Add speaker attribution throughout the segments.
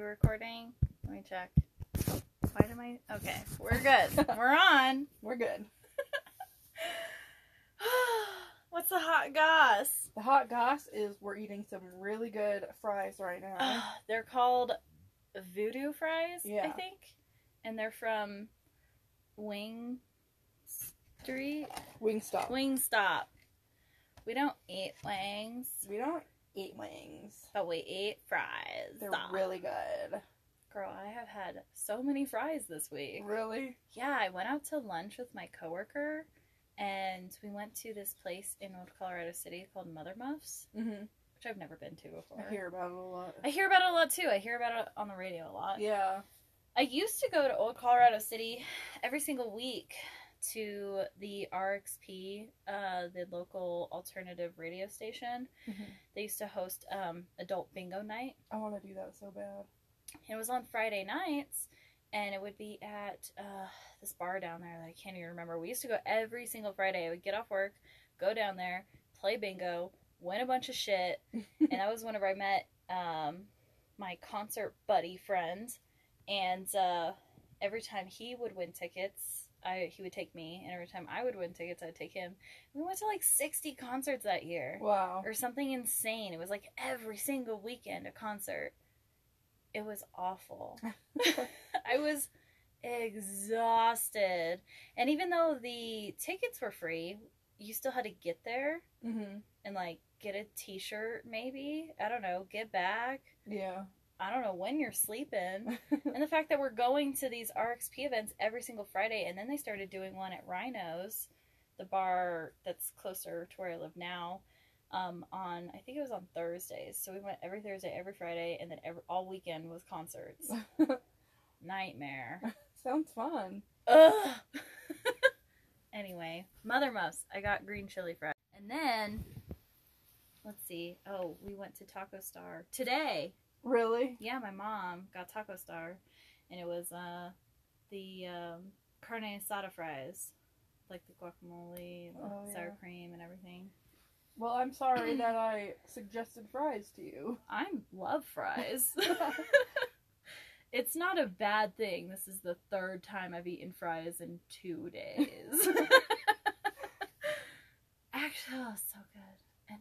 Speaker 1: recording? Let me check. Why did I? Okay, we're good. we're on.
Speaker 2: We're good.
Speaker 1: What's the hot goss?
Speaker 2: The hot goss is we're eating some really good fries right now.
Speaker 1: Ugh, Uh, they're called voodoo fries, I
Speaker 2: Yeah.
Speaker 1: think, and they're from Wing Street
Speaker 2: Wingstop.
Speaker 1: Wing Stop. We don't eat wings,
Speaker 2: we don't eat wings.
Speaker 1: but we eat fries.
Speaker 2: They're
Speaker 1: Stop.
Speaker 2: really good.
Speaker 1: Girl, I have had so many fries this week.
Speaker 2: Really?
Speaker 1: Yeah, I went out to lunch with my coworker and we went to this place in Old Colorado City called Mother Muffs,
Speaker 2: Mm-hmm.
Speaker 1: which I've never been to before.
Speaker 2: I hear about it a lot.
Speaker 1: I hear about it a lot too. I hear about it on the radio a lot.
Speaker 2: Yeah.
Speaker 1: I used to go to Old Colorado City every single week to the RXP, uh, the local alternative radio station. They used to host um, adult bingo night.
Speaker 2: I want to do that so bad.
Speaker 1: It was on Friday nights, and it would be at uh, this bar down there that I can't even remember. We used to go every single Friday. I would get off work, go down there, play bingo, win a bunch of shit, and that was whenever I met um, my concert buddy friend. And uh, every time he would win tickets, I he would take me, and every time I would win tickets, I'd take him. We went to like sixty concerts that year
Speaker 2: Wow.
Speaker 1: or something insane. It was like every single weekend a concert. It was awful. I was exhausted. And even though the tickets were free, you still had to get there
Speaker 2: Mm-hmm.
Speaker 1: and like get a t shirt, maybe. I don't know, get back.
Speaker 2: Yeah.
Speaker 1: I don't know when you're sleeping. and the fact that we're going to these RXP events every single Friday, and then they started doing one at Rhino's, the bar that's closer to where I live now, um, on, I think it was on Thursdays. So we went every Thursday, every Friday, and then every, all weekend was concerts. Nightmare.
Speaker 2: Sounds fun.
Speaker 1: Ugh. anyway, Mother Muffs, I got green chili fries. And then, let's see. Oh, we went to Taco Star today.
Speaker 2: Really?
Speaker 1: Yeah, my mom got Taco Star, and it was uh the um, carne asada fries, like the guacamole, and the
Speaker 2: Oh,
Speaker 1: sour
Speaker 2: yeah.
Speaker 1: cream, and everything.
Speaker 2: Well, I'm sorry that I suggested fries to you.
Speaker 1: I love fries. it's not a bad thing. This is the third time I've eaten fries in two days. Actually, oh, so good. And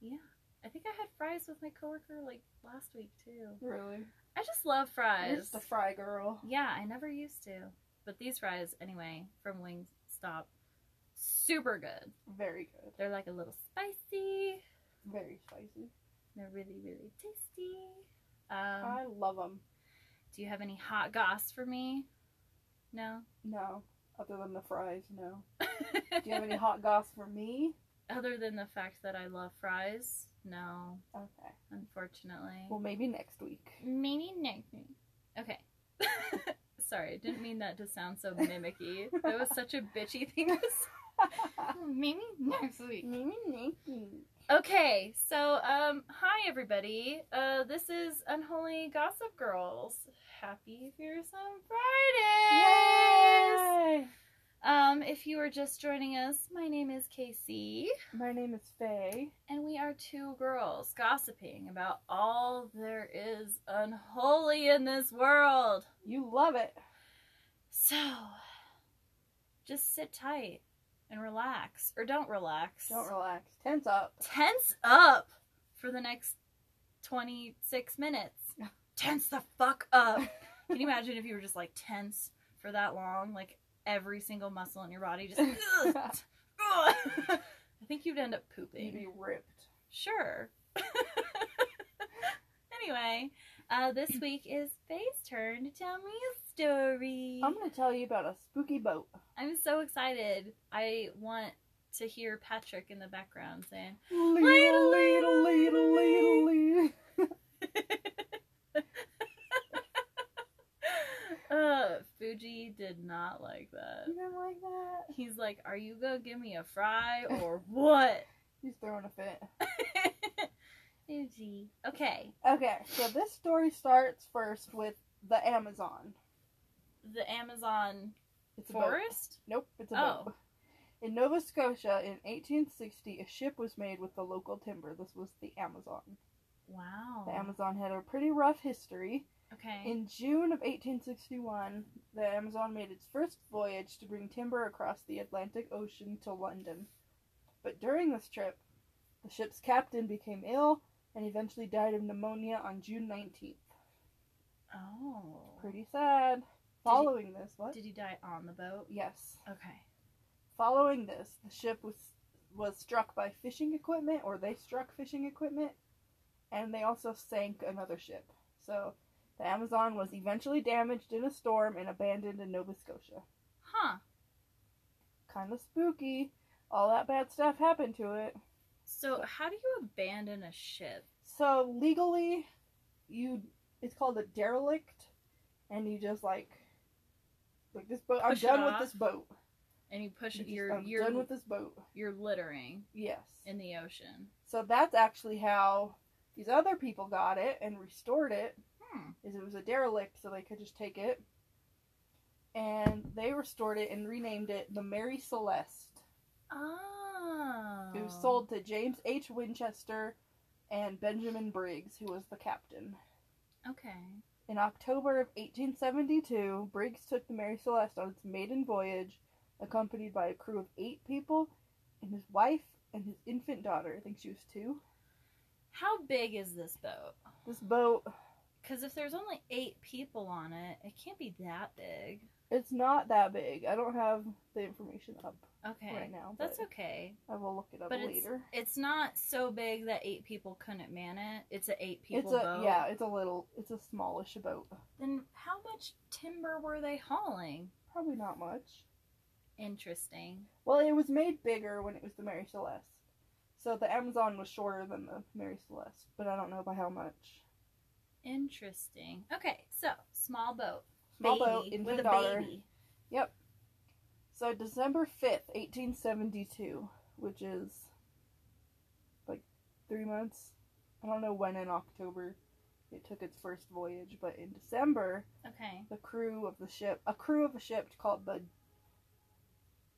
Speaker 1: yeah, I think I had fries with my coworker like last week too.
Speaker 2: Really?
Speaker 1: I just love
Speaker 2: You're
Speaker 1: fries.
Speaker 2: just a fry girl.
Speaker 1: Yeah, I never used to. But these fries, anyway, from Wingstop, super good.
Speaker 2: Very good.
Speaker 1: They're like a little spicy.
Speaker 2: Very spicy.
Speaker 1: They're really, really tasty. Um,
Speaker 2: I love them.
Speaker 1: do you have any hot goss for me? No?
Speaker 2: No. Other than the fries, no. Do you have any hot goss for me?
Speaker 1: Other than the fact that I love fries? No,
Speaker 2: Okay.
Speaker 1: unfortunately.
Speaker 2: Well, maybe next week.
Speaker 1: Maybe next week. Okay. Sorry, I didn't mean that to sound so mimicky. That was such a bitchy thing to say. Maybe next week.
Speaker 2: Maybe next week.
Speaker 1: Okay, so um, hi everybody. Uh, this is Unholy Gossip Girls. Happy Fearsome Fridays!
Speaker 2: Yay!
Speaker 1: Um, if you are just joining us, my name is Casey,
Speaker 2: My name is Faye.
Speaker 1: and we are two girls gossiping about all there is unholy in this world.
Speaker 2: You love it.
Speaker 1: So, just sit tight and relax, or don't relax.
Speaker 2: Don't relax. Tense up.
Speaker 1: tense up for the next 26 minutes. Tense the fuck up. Can you imagine if you were just like tense for that long? Like every single muscle in your body just. I think you'd end up
Speaker 2: You'd
Speaker 1: pooping.
Speaker 2: be ripped.
Speaker 1: Sure. anyway, uh, this week is Faye's turn to tell me a story.
Speaker 2: I'm gonna tell you about a spooky boat.
Speaker 1: I'm so excited. I want to hear Patrick in the background saying,
Speaker 2: Leedle,
Speaker 1: Leedle,
Speaker 2: leedle, leedle, leedle, leedle.
Speaker 1: uh, Fuji did not like that.
Speaker 2: You don't like that?
Speaker 1: He's like, "Are you gonna give me a fry or what?"
Speaker 2: He's throwing a fit.
Speaker 1: Fuji. Okay,
Speaker 2: Okay, so this story starts first with the Amazon.
Speaker 1: the Amazon
Speaker 2: It's a boat.
Speaker 1: forest.
Speaker 2: Nope, it's a
Speaker 1: Oh.
Speaker 2: boat. In Nova Scotia in 1860, a ship was made with the local timber. This was the Amazon.
Speaker 1: Wow.
Speaker 2: The Amazon had a pretty rough history.
Speaker 1: Okay.
Speaker 2: In June of 1861, the Amazon made its first voyage to bring timber across the Atlantic Ocean to London. But during this trip, the ship's captain became ill and eventually died of pneumonia on June 19th.
Speaker 1: oh.
Speaker 2: Pretty sad. Following this, what?
Speaker 1: Did he die on the boat?
Speaker 2: yes.
Speaker 1: Okay.
Speaker 2: Following this, the ship was was struck by fishing equipment, or they struck fishing equipment, and they also sank another ship. So, the Amazon was eventually damaged in a storm and abandoned in Nova Scotia.
Speaker 1: Huh.
Speaker 2: Kind of spooky. All that bad stuff happened to it.
Speaker 1: So how do you abandon a ship?
Speaker 2: So legally, you it's called a derelict, and you just like like this boat.
Speaker 1: Push it
Speaker 2: I'm done
Speaker 1: off.
Speaker 2: with this boat.
Speaker 1: And you push
Speaker 2: You
Speaker 1: it.
Speaker 2: just,
Speaker 1: You're
Speaker 2: I'm
Speaker 1: you're
Speaker 2: done with this boat.
Speaker 1: you're littering
Speaker 2: Yes.
Speaker 1: in the ocean.
Speaker 2: So that's actually how these other people got it and restored it.
Speaker 1: Hmm.
Speaker 2: Is it was a derelict, so they could just take it, and they restored it and renamed it the Mary Celeste.
Speaker 1: Oh.
Speaker 2: It was sold to James H. Winchester and Benjamin Briggs, who was the captain.
Speaker 1: Okay.
Speaker 2: In October of 1872, Briggs took the Mary Celeste on its maiden voyage, accompanied by a crew of eight people and his wife and his infant daughter. I think she was two.
Speaker 1: How big is this boat?
Speaker 2: This boat,
Speaker 1: Because if there's only eight people on it, it can't be that big.
Speaker 2: it's not that big. I don't have the information up
Speaker 1: Okay.
Speaker 2: right now. But
Speaker 1: That's okay.
Speaker 2: I will look it up
Speaker 1: But it's
Speaker 2: later.
Speaker 1: It's not so big that eight people couldn't man it. It's an eight people
Speaker 2: It's a
Speaker 1: boat.
Speaker 2: yeah, it's a little, it's a smallish boat.
Speaker 1: Then how much timber were they hauling?
Speaker 2: Probably not much.
Speaker 1: Interesting.
Speaker 2: Well, it was made bigger when it was the Mary Celeste. So the Amazon was shorter than the Mary Celeste, but I don't know by how much.
Speaker 1: Interesting. Okay, so small boat.
Speaker 2: Small
Speaker 1: baby,
Speaker 2: boat, infant
Speaker 1: with a
Speaker 2: daughter.
Speaker 1: baby.
Speaker 2: So December fifth, eighteen seventy two, which is like three months. I don't know when in October it took its first voyage, but in December,
Speaker 1: Okay.
Speaker 2: the crew of the ship, a crew of a ship called the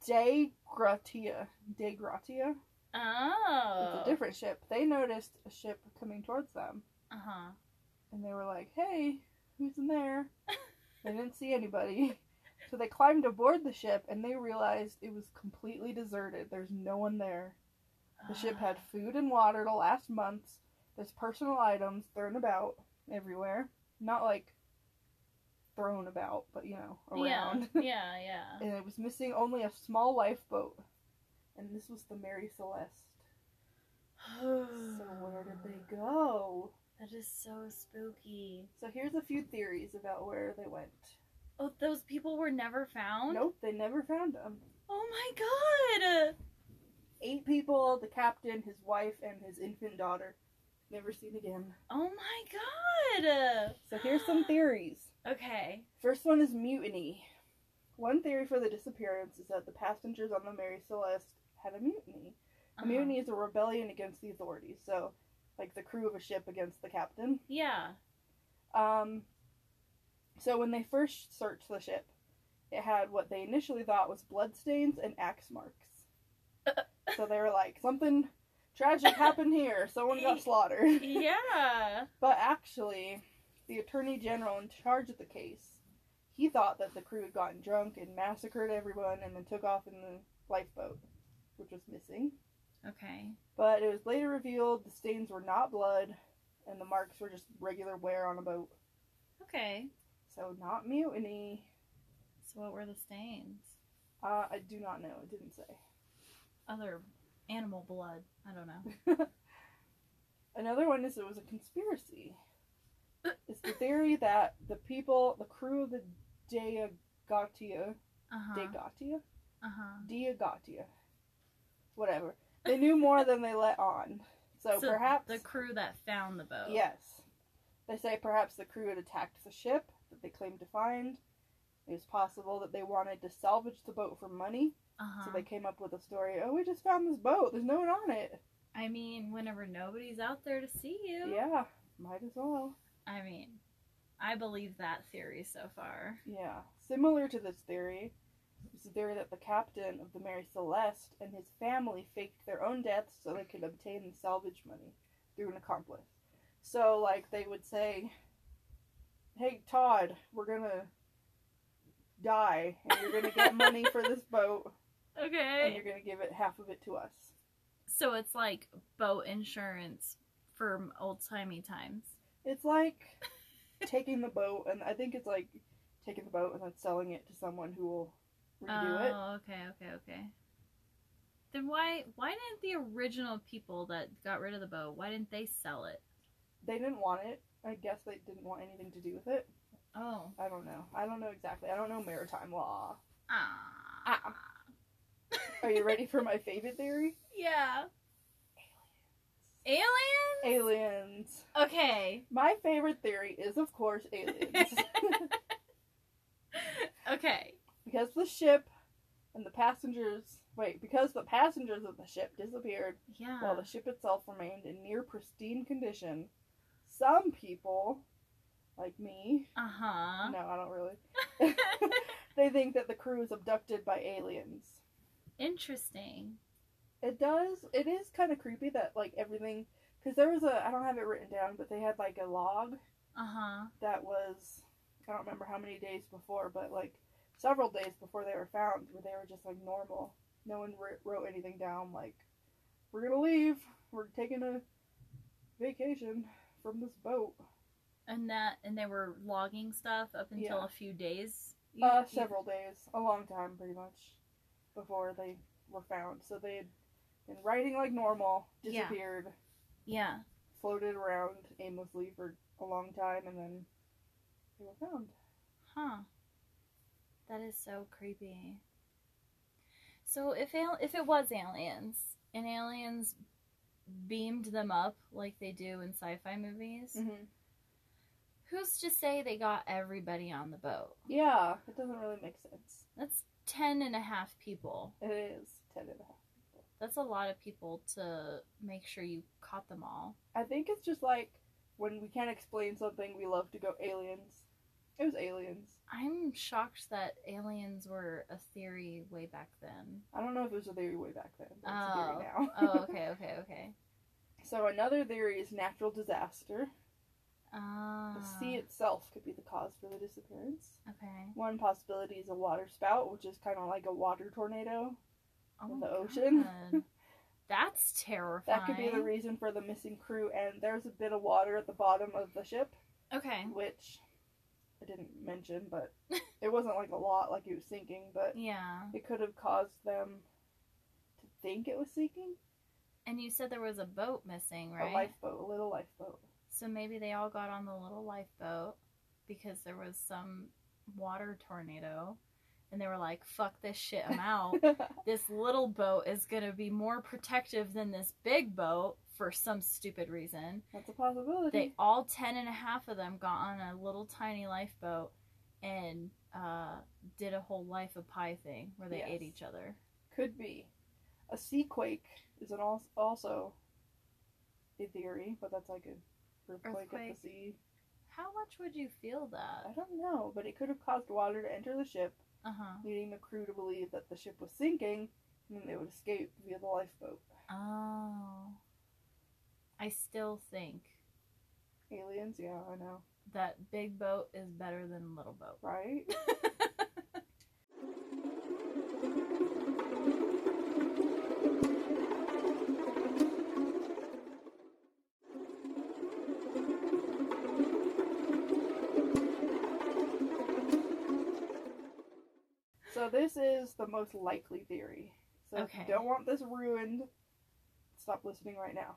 Speaker 2: De Gratia, De Gratia,
Speaker 1: Oh.
Speaker 2: it's a different ship. They noticed a ship coming towards them,
Speaker 1: Uh huh.
Speaker 2: and they were like, "Hey, who's in there?" they didn't see anybody. So they climbed aboard the ship and they realized it was completely deserted. There's no one there. The ship
Speaker 1: Uh-huh. Ah.
Speaker 2: had food and water to last months. There's personal items thrown about everywhere. Not like thrown about, but you know, around.
Speaker 1: Yeah, yeah, yeah.
Speaker 2: and it was missing only a small lifeboat. And this was the Mary Celeste. So where did they go?
Speaker 1: That is so spooky.
Speaker 2: So here's a few theories about where they went.
Speaker 1: Oh, those people were never found?
Speaker 2: Nope, they never found them.
Speaker 1: Oh my god!
Speaker 2: Eight people, the captain, his wife, and his infant daughter. Never seen again.
Speaker 1: Oh my god!
Speaker 2: So here's some theories.
Speaker 1: Okay.
Speaker 2: First one is mutiny. One theory for the disappearance is that the passengers on the Mary Celeste had a mutiny. A
Speaker 1: Uh-huh.
Speaker 2: mutiny is a rebellion against the authorities. So, like the crew of a ship against the captain.
Speaker 1: Yeah.
Speaker 2: Um, so when they first searched the ship, it had what they initially thought was bloodstains and axe marks. so they were like, something tragic happened here. Someone got slaughtered.
Speaker 1: Yeah.
Speaker 2: But actually, the attorney general in charge of the case, he thought that the crew had gotten drunk and massacred everyone and then took off in the lifeboat, which was missing.
Speaker 1: Okay.
Speaker 2: But it was later revealed the stains were not blood and the marks were just regular wear on a boat.
Speaker 1: Okay.
Speaker 2: So not mutiny.
Speaker 1: So what were the stains?
Speaker 2: Uh, I do not know. It didn't say.
Speaker 1: Other animal blood. I don't know.
Speaker 2: Another one is it was a conspiracy. It's the theory that the people, the crew of the Deagatia,
Speaker 1: Uh huh.
Speaker 2: Deagatia,
Speaker 1: Uh huh.
Speaker 2: Diagatia. Whatever. They knew more than they let on. So, perhaps.
Speaker 1: the crew that found the boat.
Speaker 2: Yes. They say perhaps the crew had attacked the ship that they claimed to find. It was possible that they wanted to salvage the boat for money,
Speaker 1: Uh huh.
Speaker 2: so they came up with a story. Oh, we just found this boat. There's no one on it.
Speaker 1: I mean, whenever nobody's out there to see you.
Speaker 2: Yeah, might as well.
Speaker 1: I mean, I believe that theory so far.
Speaker 2: Yeah. Similar to this theory, it's the theory that the captain of the Mary Celeste and his family faked their own deaths so they could obtain the salvage money through an accomplice. So, like, they would say, hey Todd, we're gonna die, and you're gonna get money for this boat, and
Speaker 1: Okay.
Speaker 2: you're gonna give it half of it to us.
Speaker 1: So it's like boat insurance from old timey times.
Speaker 2: It's like taking the boat, and I think it's like taking the boat and then selling it to someone who will redo it.
Speaker 1: Oh, okay, okay, okay. Then why why didn't the original people that got rid of the boat why didn't they sell it?
Speaker 2: They didn't want it. I guess they didn't want anything to do with it.
Speaker 1: Oh,
Speaker 2: I don't know. I don't know exactly. I don't know maritime law.
Speaker 1: ah,
Speaker 2: Are you ready for my favorite theory?
Speaker 1: yeah. Aliens.
Speaker 2: Aliens.
Speaker 1: Okay.
Speaker 2: My favorite theory is, of course, aliens.
Speaker 1: Okay.
Speaker 2: because the ship and the passengers. Wait, because the passengers of the ship disappeared
Speaker 1: Yeah.
Speaker 2: while the ship itself remained in near pristine condition, some people, like me,
Speaker 1: Uh huh.
Speaker 2: no, I don't really, they think that the crew is abducted by aliens.
Speaker 1: Interesting.
Speaker 2: It does. It is kind of creepy that like everything, because there was a I don't have it written down, but they had like a log
Speaker 1: Uh huh.
Speaker 2: that was I don't remember how many days before, but like several days before they were found, where they were just like normal. No one wr- wrote anything down. Like we're gonna leave. We're taking a vacation from this boat.
Speaker 1: And that and they were logging stuff up until
Speaker 2: Yeah.
Speaker 1: a few days.
Speaker 2: Uh, several days, a long time, pretty much, before they were found. So they had been writing like normal,
Speaker 1: Yeah.
Speaker 2: disappeared.
Speaker 1: Yeah.
Speaker 2: floated around aimlessly for a long time and then they were found.
Speaker 1: Huh. That is so creepy. So if al- if it was aliens and aliens beamed them up like they do in sci-fi movies,
Speaker 2: Mm-hmm.
Speaker 1: who's to say they got everybody on the boat?
Speaker 2: Yeah, it doesn't really make sense.
Speaker 1: That's ten and a half people.
Speaker 2: It is 10 and a half.
Speaker 1: That's a lot of people to make sure you caught them all.
Speaker 2: I think it's just like when we can't explain something, we love to go aliens. It was aliens.
Speaker 1: I'm shocked that aliens were a theory way back then.
Speaker 2: I don't know if it was a theory way back then. But it's a
Speaker 1: Oh.
Speaker 2: theory now.
Speaker 1: Oh, okay, okay, okay.
Speaker 2: so another theory is natural disaster.
Speaker 1: Ah.
Speaker 2: The sea itself could be the cause for the disappearance.
Speaker 1: Okay.
Speaker 2: One possibility is a water spout, which is kind of like a water tornado.
Speaker 1: Oh
Speaker 2: in
Speaker 1: my
Speaker 2: the ocean.
Speaker 1: God. That's terrifying.
Speaker 2: That could be the reason for the missing crew, and there's a bit of water at the bottom of the ship,
Speaker 1: Okay.
Speaker 2: which I didn't mention, but it wasn't like a lot, like it was sinking, but
Speaker 1: Yeah.
Speaker 2: it could have caused them to think it was sinking.
Speaker 1: And you said there was a boat missing, right?
Speaker 2: A lifeboat, a little lifeboat.
Speaker 1: So maybe they all got on the little lifeboat because there was some water tornado and they were like, fuck this shit, I'm out. this little boat is going to be more protective than this big boat for some stupid reason.
Speaker 2: That's a possibility.
Speaker 1: They all ten and a half of them got on a little tiny lifeboat and uh, did a whole life of pie thing where they
Speaker 2: Yes.
Speaker 1: ate each other.
Speaker 2: Could be. A sea quake is an al- also a theory, but that's like a earthquake, at
Speaker 1: Earthquake.
Speaker 2: the sea.
Speaker 1: How much would you feel
Speaker 2: I
Speaker 1: that?
Speaker 2: don't know, but it could have caused water to enter the ship
Speaker 1: Uh huh.
Speaker 2: leading the crew to believe that the ship was sinking and then they would escape via the lifeboat.
Speaker 1: Oh. I still think
Speaker 2: Aliens, yeah, I know.
Speaker 1: that big boat is better than little boat.
Speaker 2: Right? so this is the most likely theory. So if
Speaker 1: Okay.
Speaker 2: you don't want this ruined, stop listening right now.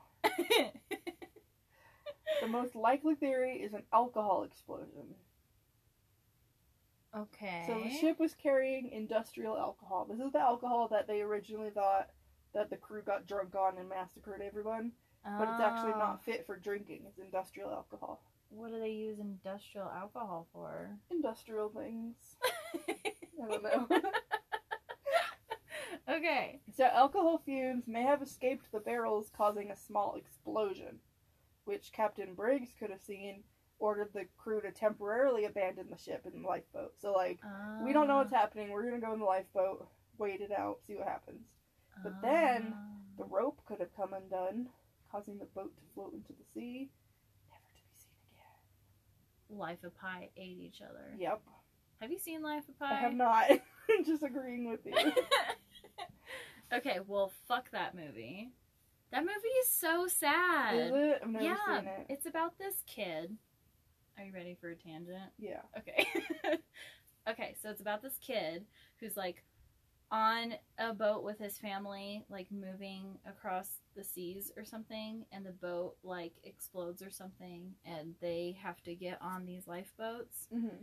Speaker 2: The most likely theory is an alcohol explosion.
Speaker 1: okay.
Speaker 2: So the ship was carrying industrial alcohol. This is the alcohol that they originally thought that the crew got drunk on and massacred everyone, but it's actually
Speaker 1: Oh.
Speaker 2: not fit for drinking. It's industrial alcohol.
Speaker 1: What do they use industrial alcohol for?
Speaker 2: Industrial things. I don't know.
Speaker 1: okay.
Speaker 2: so alcohol fumes may have escaped the barrels, causing a small explosion, which Captain Briggs could have seen. Ordered the crew to temporarily abandon the ship in the lifeboat. So like, we don't know
Speaker 1: Uh.
Speaker 2: what's happening. We're gonna go in the lifeboat, wait it out, see what happens.
Speaker 1: Oh.
Speaker 2: but then-
Speaker 1: Ah.
Speaker 2: The rope could have come undone, causing the boat to float into the sea, never to be seen again.
Speaker 1: Life of Pi ate each other.
Speaker 2: Yep.
Speaker 1: Have you seen Life of Pi?
Speaker 2: I have not. Just agreeing with you.
Speaker 1: okay, well, fuck that movie. That movie is so sad.
Speaker 2: Is it? I've never
Speaker 1: yeah,
Speaker 2: seen it.
Speaker 1: it's about this kid. Are you ready for a tangent?
Speaker 2: Yeah.
Speaker 1: Okay. okay, so it's about this kid who's like on a boat with his family, like moving across the seas or something, and the boat like explodes or something, and they have to get on these lifeboats.
Speaker 2: Mm-hmm.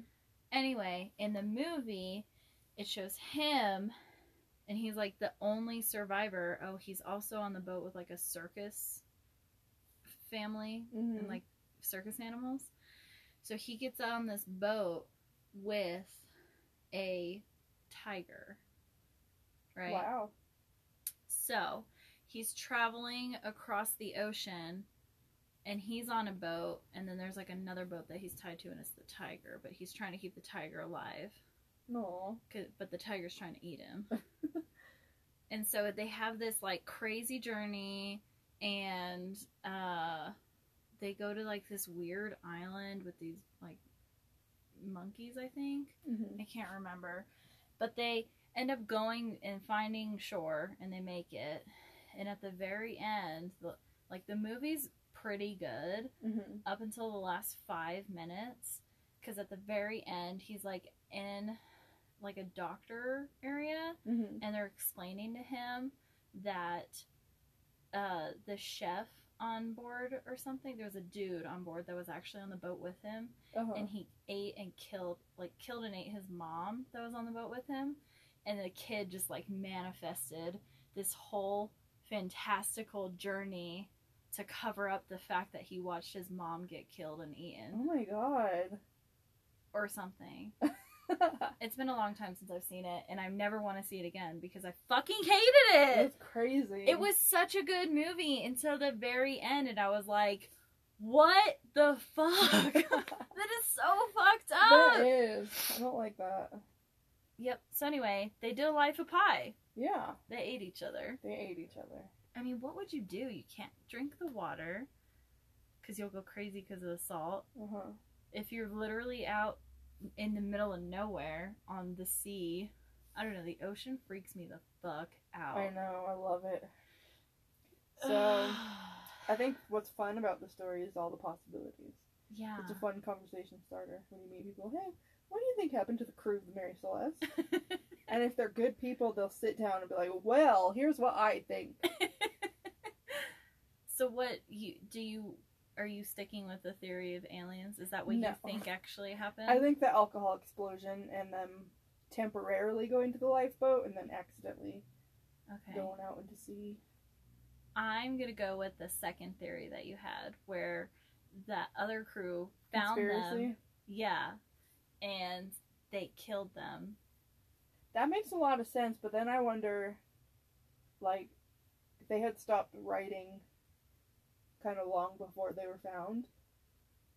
Speaker 1: Anyway, in the movie, it shows him and he's like the only survivor. Oh, he's also on the boat with like a circus family
Speaker 2: Mm-hmm.
Speaker 1: and like circus animals. So he gets on this boat with a tiger. Right?
Speaker 2: Wow.
Speaker 1: So he's traveling across the ocean and he's on a boat and then there's like another boat that he's tied to and it's the tiger, but he's trying to keep the tiger alive.
Speaker 2: No.
Speaker 1: 'cause- but the tiger's trying to eat him. and so they have this like crazy journey, and uh, they go to like this weird island with these like monkeys, I think.
Speaker 2: Mm-hmm.
Speaker 1: I can't remember. But they end up going and finding shore, and they make it. And at the very end, the, like the movie's pretty good
Speaker 2: Mm-hmm.
Speaker 1: up until the last five minutes because at the very end he's like in like a doctor area
Speaker 2: Mm-hmm.
Speaker 1: and they're explaining to him that uh, the chef on board or something there was a dude on board that was actually on the boat with him
Speaker 2: Uh-huh.
Speaker 1: and he ate and killed like killed and ate his mom that was on the boat with him and the kid just like manifested this whole fantastical journey to cover up the fact that he watched his mom get killed and
Speaker 2: oh
Speaker 1: eaten
Speaker 2: my god.
Speaker 1: or something it's been a long time since i've seen it and i never want to see it again because i fucking hated it
Speaker 2: That's crazy.
Speaker 1: it was such a good movie until the very end and i was like what the fuck that is so fucked up
Speaker 2: That is. I don't like that.
Speaker 1: Yep. So anyway, they did a life of pie.
Speaker 2: Yeah.
Speaker 1: They ate each other.
Speaker 2: They ate each other.
Speaker 1: I mean, what would you do? You can't drink the water because you'll go crazy because of the salt.
Speaker 2: Uh-huh.
Speaker 1: If you're literally out in the middle of nowhere on the sea, I don't know. The ocean freaks me the fuck out.
Speaker 2: I know. I love it. So, I think what's fun about the story is all the possibilities.
Speaker 1: yeah.
Speaker 2: It's a fun conversation starter when you meet people. Hey, what do you think happened to the crew of the Mary Celeste? and if they're good people, they'll sit down and be like, "Well, here's what I think."
Speaker 1: so what you do you are you sticking with the theory of aliens? Is that what you
Speaker 2: No.
Speaker 1: think actually happened?
Speaker 2: I think the alcohol explosion and them temporarily going to the lifeboat and then accidentally
Speaker 1: okay.
Speaker 2: going out into sea.
Speaker 1: I'm gonna go with the second theory that you had, where that other crew found them, yeah, and they killed them.
Speaker 2: That makes a lot of sense, but then I wonder, like, if they had stopped writing kind of long before they were found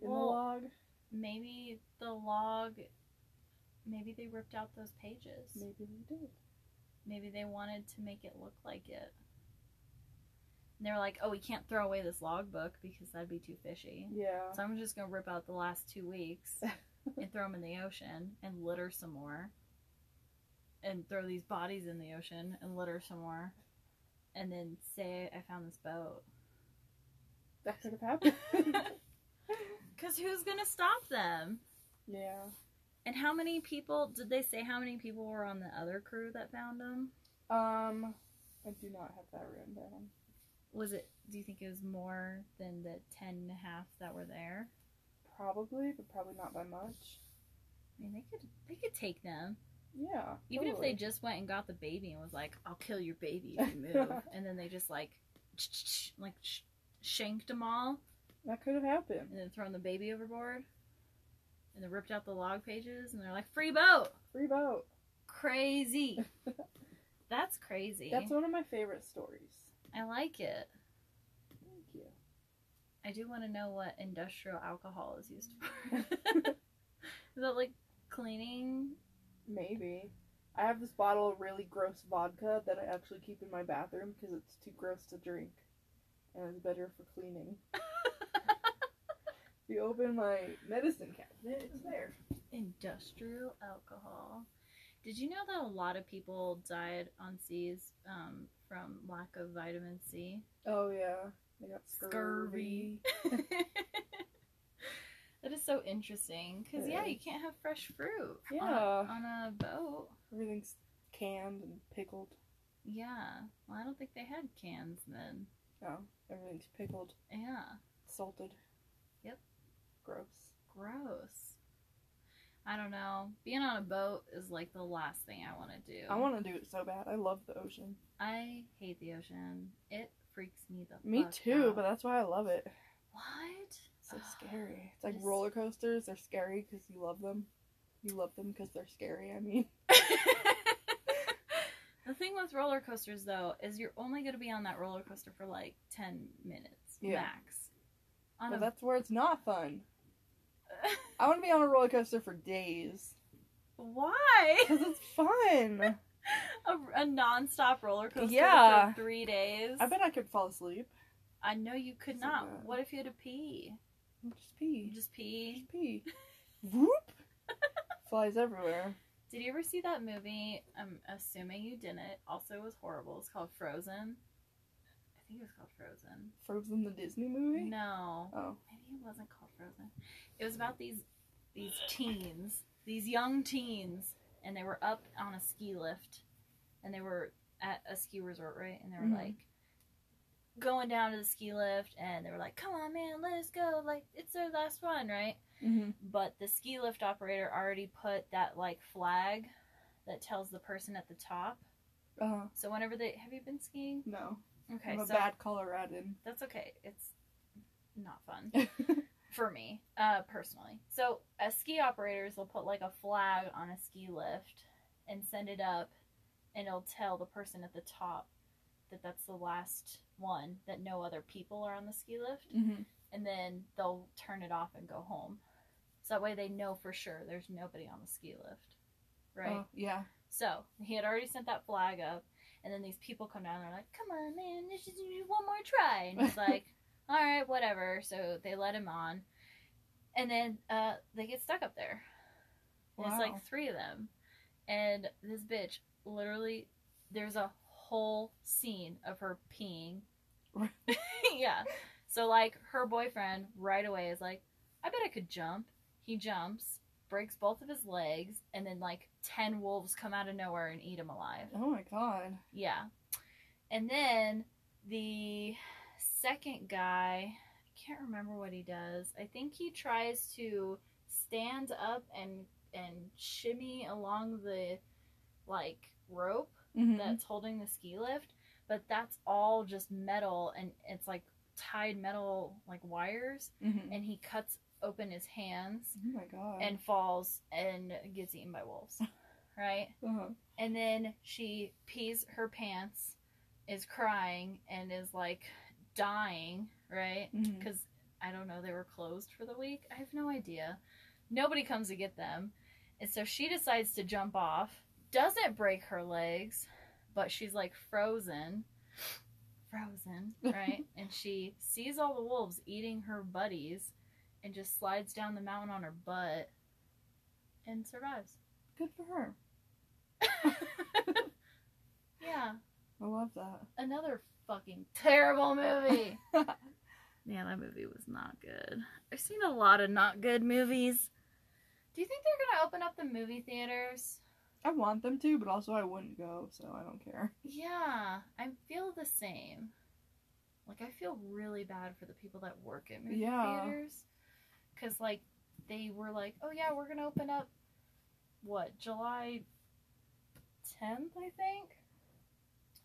Speaker 2: in the
Speaker 1: Well,
Speaker 2: log.
Speaker 1: Maybe the log, maybe they ripped out those pages.
Speaker 2: Maybe they did.
Speaker 1: Maybe they wanted to make it look like it. And they're like, oh, we can't throw away this logbook because that'd be too fishy.
Speaker 2: Yeah.
Speaker 1: So I'm just gonna rip out the last two weeks and throw them in the ocean and litter some more, and throw these bodies in the ocean and litter some more, and then say I found this boat.
Speaker 2: That could have happened.
Speaker 1: Cause who's gonna stop them?
Speaker 2: yeah.
Speaker 1: And how many people did they say? How many people were on the other crew that found them?
Speaker 2: Um, I do not have that written down.
Speaker 1: Was it? Do you think it was more than the ten and a half that were there?
Speaker 2: Probably, but probably not by much.
Speaker 1: I mean, they could they could take them.
Speaker 2: Yeah.
Speaker 1: Even if they
Speaker 2: totally.
Speaker 1: just went and got the baby and was like, "I'll kill your baby if you move," and then they just like, like sh- shanked them all
Speaker 2: That could have happened.
Speaker 1: and then thrown the baby overboard, and then ripped out the log pages, and they're like, "Free boat,
Speaker 2: Free boat.
Speaker 1: crazy." That's crazy.
Speaker 2: That's one of my favorite stories.
Speaker 1: I like it.
Speaker 2: Thank you.
Speaker 1: I do want to know what industrial alcohol is used for. is that like cleaning?
Speaker 2: Maybe. I have this bottle of really gross vodka that I actually keep in my bathroom because it's too gross to drink. And it's better for cleaning. You open my medicine cabinet, it's there.
Speaker 1: Industrial alcohol. Did you know that a lot of people died on seas um, from lack of vitamin C?
Speaker 2: Oh yeah, they got scurvy.
Speaker 1: Scurvy. that is so interesting because yeah,
Speaker 2: Yeah.
Speaker 1: you can't have fresh fruit on a-
Speaker 2: Yeah.
Speaker 1: on a boat.
Speaker 2: Everything's canned and pickled.
Speaker 1: Yeah. Well, I don't think they had cans then.
Speaker 2: No, Oh, everything's pickled,
Speaker 1: Yeah.
Speaker 2: salted.
Speaker 1: Yep.
Speaker 2: Gross.
Speaker 1: Gross. I don't know. Being on a boat is like the last thing I want to do.
Speaker 2: I want to do it so bad. I love the ocean.
Speaker 1: I hate the ocean. It freaks me the
Speaker 2: Me
Speaker 1: fuck
Speaker 2: too,
Speaker 1: out.
Speaker 2: but that's why I love it.
Speaker 1: what?
Speaker 2: It's so scary. It's like
Speaker 1: Ah, Just-
Speaker 2: roller coasters. They're scary because you love them. You love them because they're scary. I mean,
Speaker 1: the thing with roller coasters though is you're only going to be on that roller coaster for like 10 minutes
Speaker 2: Yeah.
Speaker 1: max. On
Speaker 2: but
Speaker 1: a-
Speaker 2: that's where it's not fun. I want to be on a roller coaster for days
Speaker 1: Why?
Speaker 2: because it's fun.
Speaker 1: A, a non-stop roller coaster
Speaker 2: Yeah.
Speaker 1: for 3 days.
Speaker 2: I bet I could fall asleep.
Speaker 1: I know you could
Speaker 2: So
Speaker 1: not.
Speaker 2: bad.
Speaker 1: What if you had to pee?
Speaker 2: Just pee.
Speaker 1: You just pee.
Speaker 2: Just pee. Whoop! Flies everywhere.
Speaker 1: Did you ever see that movie? I'm assuming you didn't. Also, it was horrible. It's called Frozen. I think it was called Frozen.
Speaker 2: Frozen the Disney movie.
Speaker 1: No,
Speaker 2: Oh,
Speaker 1: maybe it wasn't called Frozen. It was about these these teens, these young teens, and they were up on a ski lift, and they were at a ski resort, right? And they were
Speaker 2: Mhm.
Speaker 1: like going down to the ski lift, and they were like, "Come on, man, let us go! Like it's our last one, right?"
Speaker 2: mm-hmm.
Speaker 1: but the ski lift operator already put that like flag that tells the person at the top.
Speaker 2: uh,
Speaker 1: So whenever they have you been skiing?
Speaker 2: no.
Speaker 1: Okay,
Speaker 2: I'm a
Speaker 1: so
Speaker 2: bad Coloradan.
Speaker 1: that's okay. It's not fun for me uh, personally. So as ski operators, they'll put like a flag on a ski lift and send it up, and it'll tell the person at the top that that's the last one that no other people are on the ski lift
Speaker 2: mm-hmm.
Speaker 1: and then they'll turn it off and go home. So that way they know for sure there's nobody on the ski lift. Right?
Speaker 2: Oh, yeah.
Speaker 1: So he had already sent that flag up, and then these people come down and they're like, come on, man, this is one more try. And he's like, all right, whatever. So they let him on, and then uh, they get stuck up there. And It's
Speaker 2: Wow.
Speaker 1: like three of them. And this bitch literally, there's a whole scene of her peeing. yeah. So, like, her boyfriend right away is like, I bet I could jump. He jumps, breaks both of his legs, and then, like, 10 wolves come out of nowhere and eat him alive.
Speaker 2: Oh my god.
Speaker 1: Yeah. And then the second guy, I can't remember what he does. I think he tries to stand up and and shimmy along the like rope
Speaker 2: Mm-hmm.
Speaker 1: that's holding the ski lift, but that's all just metal and it's like tied metal like wires
Speaker 2: mm-hmm.
Speaker 1: and he cuts open his hands
Speaker 2: Oh my god.
Speaker 1: and falls and gets eaten by wolves. Right?
Speaker 2: uh-huh.
Speaker 1: and then she pees her pants, is crying, and is like dying, right?
Speaker 2: Mhm.
Speaker 1: Because Mm-hmm. I don't know, they were closed for the week. I have no idea. Nobody comes to get them. And so she decides to jump off, doesn't break her legs, but she's like frozen. Frozen, right? and she sees all the wolves eating her buddies and just slides down the mountain on her butt and survives.
Speaker 2: Good for her.
Speaker 1: Yeah.
Speaker 2: I love that.
Speaker 1: another fucking terrible movie. Man, that movie was not good. I've seen a lot of not good movies. Do you think they're gonna open up the movie theaters?
Speaker 2: I want them to, but also I wouldn't go, so I don't care.
Speaker 1: Yeah, I feel the same. Like I feel really bad for the people that work at movie
Speaker 2: Yeah.
Speaker 1: theaters, because like they were like, oh yeah, we're gonna open up what July tenth, I think,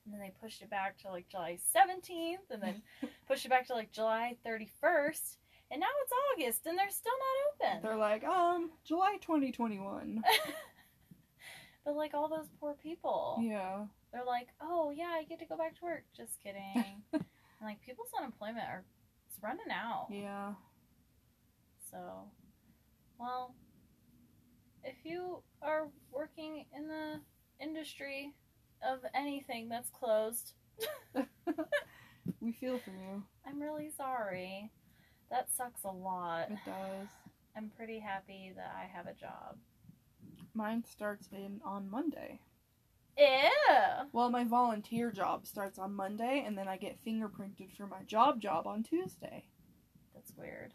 Speaker 1: and then they pushed it back to like July seventeenth, and then pushed it back to like July thirty first, and now it's August, and they're still not open.
Speaker 2: They're like, um, July 2021.
Speaker 1: But like all those poor people.
Speaker 2: yeah.
Speaker 1: they're like, oh yeah, I get to go back to work. Just kidding. and like people's unemployment are it's running out.
Speaker 2: Yeah.
Speaker 1: So, well, if you are working in the industry of anything that's closed,
Speaker 2: We feel for you.
Speaker 1: I'm really sorry. That sucks a lot.
Speaker 2: It does.
Speaker 1: I'm pretty happy that I have a job.
Speaker 2: Mine starts in on Monday.
Speaker 1: Ew.
Speaker 2: Well, my volunteer job starts on Monday, and then I get fingerprinted for my job job on Tuesday.
Speaker 1: That's weird.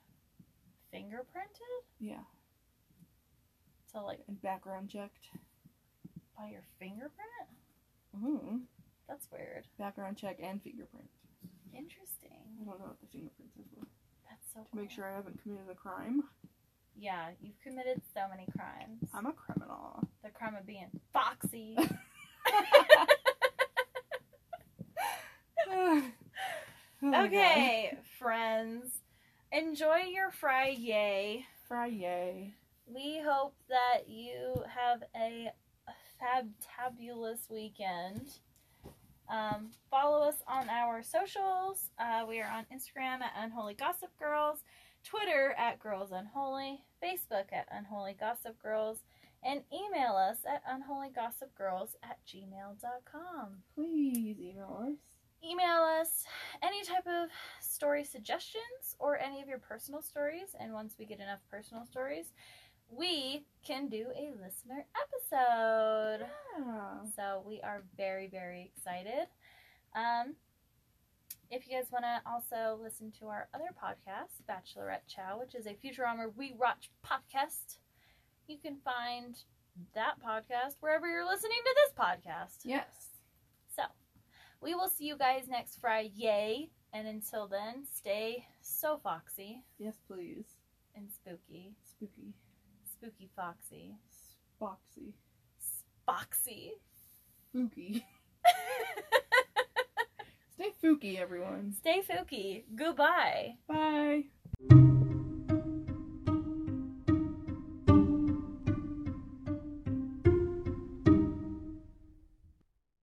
Speaker 1: Fingerprinted?
Speaker 2: Yeah,
Speaker 1: To like
Speaker 2: and background checked.
Speaker 1: by your fingerprint?
Speaker 2: Ooh,
Speaker 1: That's weird.
Speaker 2: background check and fingerprint. I
Speaker 1: Interesting.
Speaker 2: don't know what the fingerprints is for.
Speaker 1: That's so
Speaker 2: To make
Speaker 1: cool.
Speaker 2: sure I haven't committed a crime.
Speaker 1: Yeah, you've committed so many crimes.
Speaker 2: I'm a criminal.
Speaker 1: the crime of being foxy.
Speaker 2: Oh my God.
Speaker 1: okay, friends. Enjoy your Friday.
Speaker 2: Friday.
Speaker 1: We hope that you have a fabulous weekend. Um, follow us on our socials. Uh, we are on Instagram at Unholy Gossip Girls, Twitter at Girls Unholy, Facebook at Unholy Gossip Girls, and email us at unholygossipgirls at gmail.com.
Speaker 2: Please email us.
Speaker 1: email us any type of story suggestions or any of your personal stories and once we get enough personal stories we can do a listener episode
Speaker 2: Yeah.
Speaker 1: so we are very very excited um if you guys want to also listen to our other podcast bachelorette chow which is a futurama rewatch podcast you can find that podcast wherever you're listening to this podcast
Speaker 2: Yes.
Speaker 1: so, we will see you guys next Friday. And until then, stay so foxy
Speaker 2: Yes, please.
Speaker 1: and spooky.
Speaker 2: Spooky.
Speaker 1: Spooky foxy.
Speaker 2: Boxy.
Speaker 1: Foxy.
Speaker 2: Spooky. Stay spooky, everyone.
Speaker 1: stay fooky. Goodbye.
Speaker 2: Bye.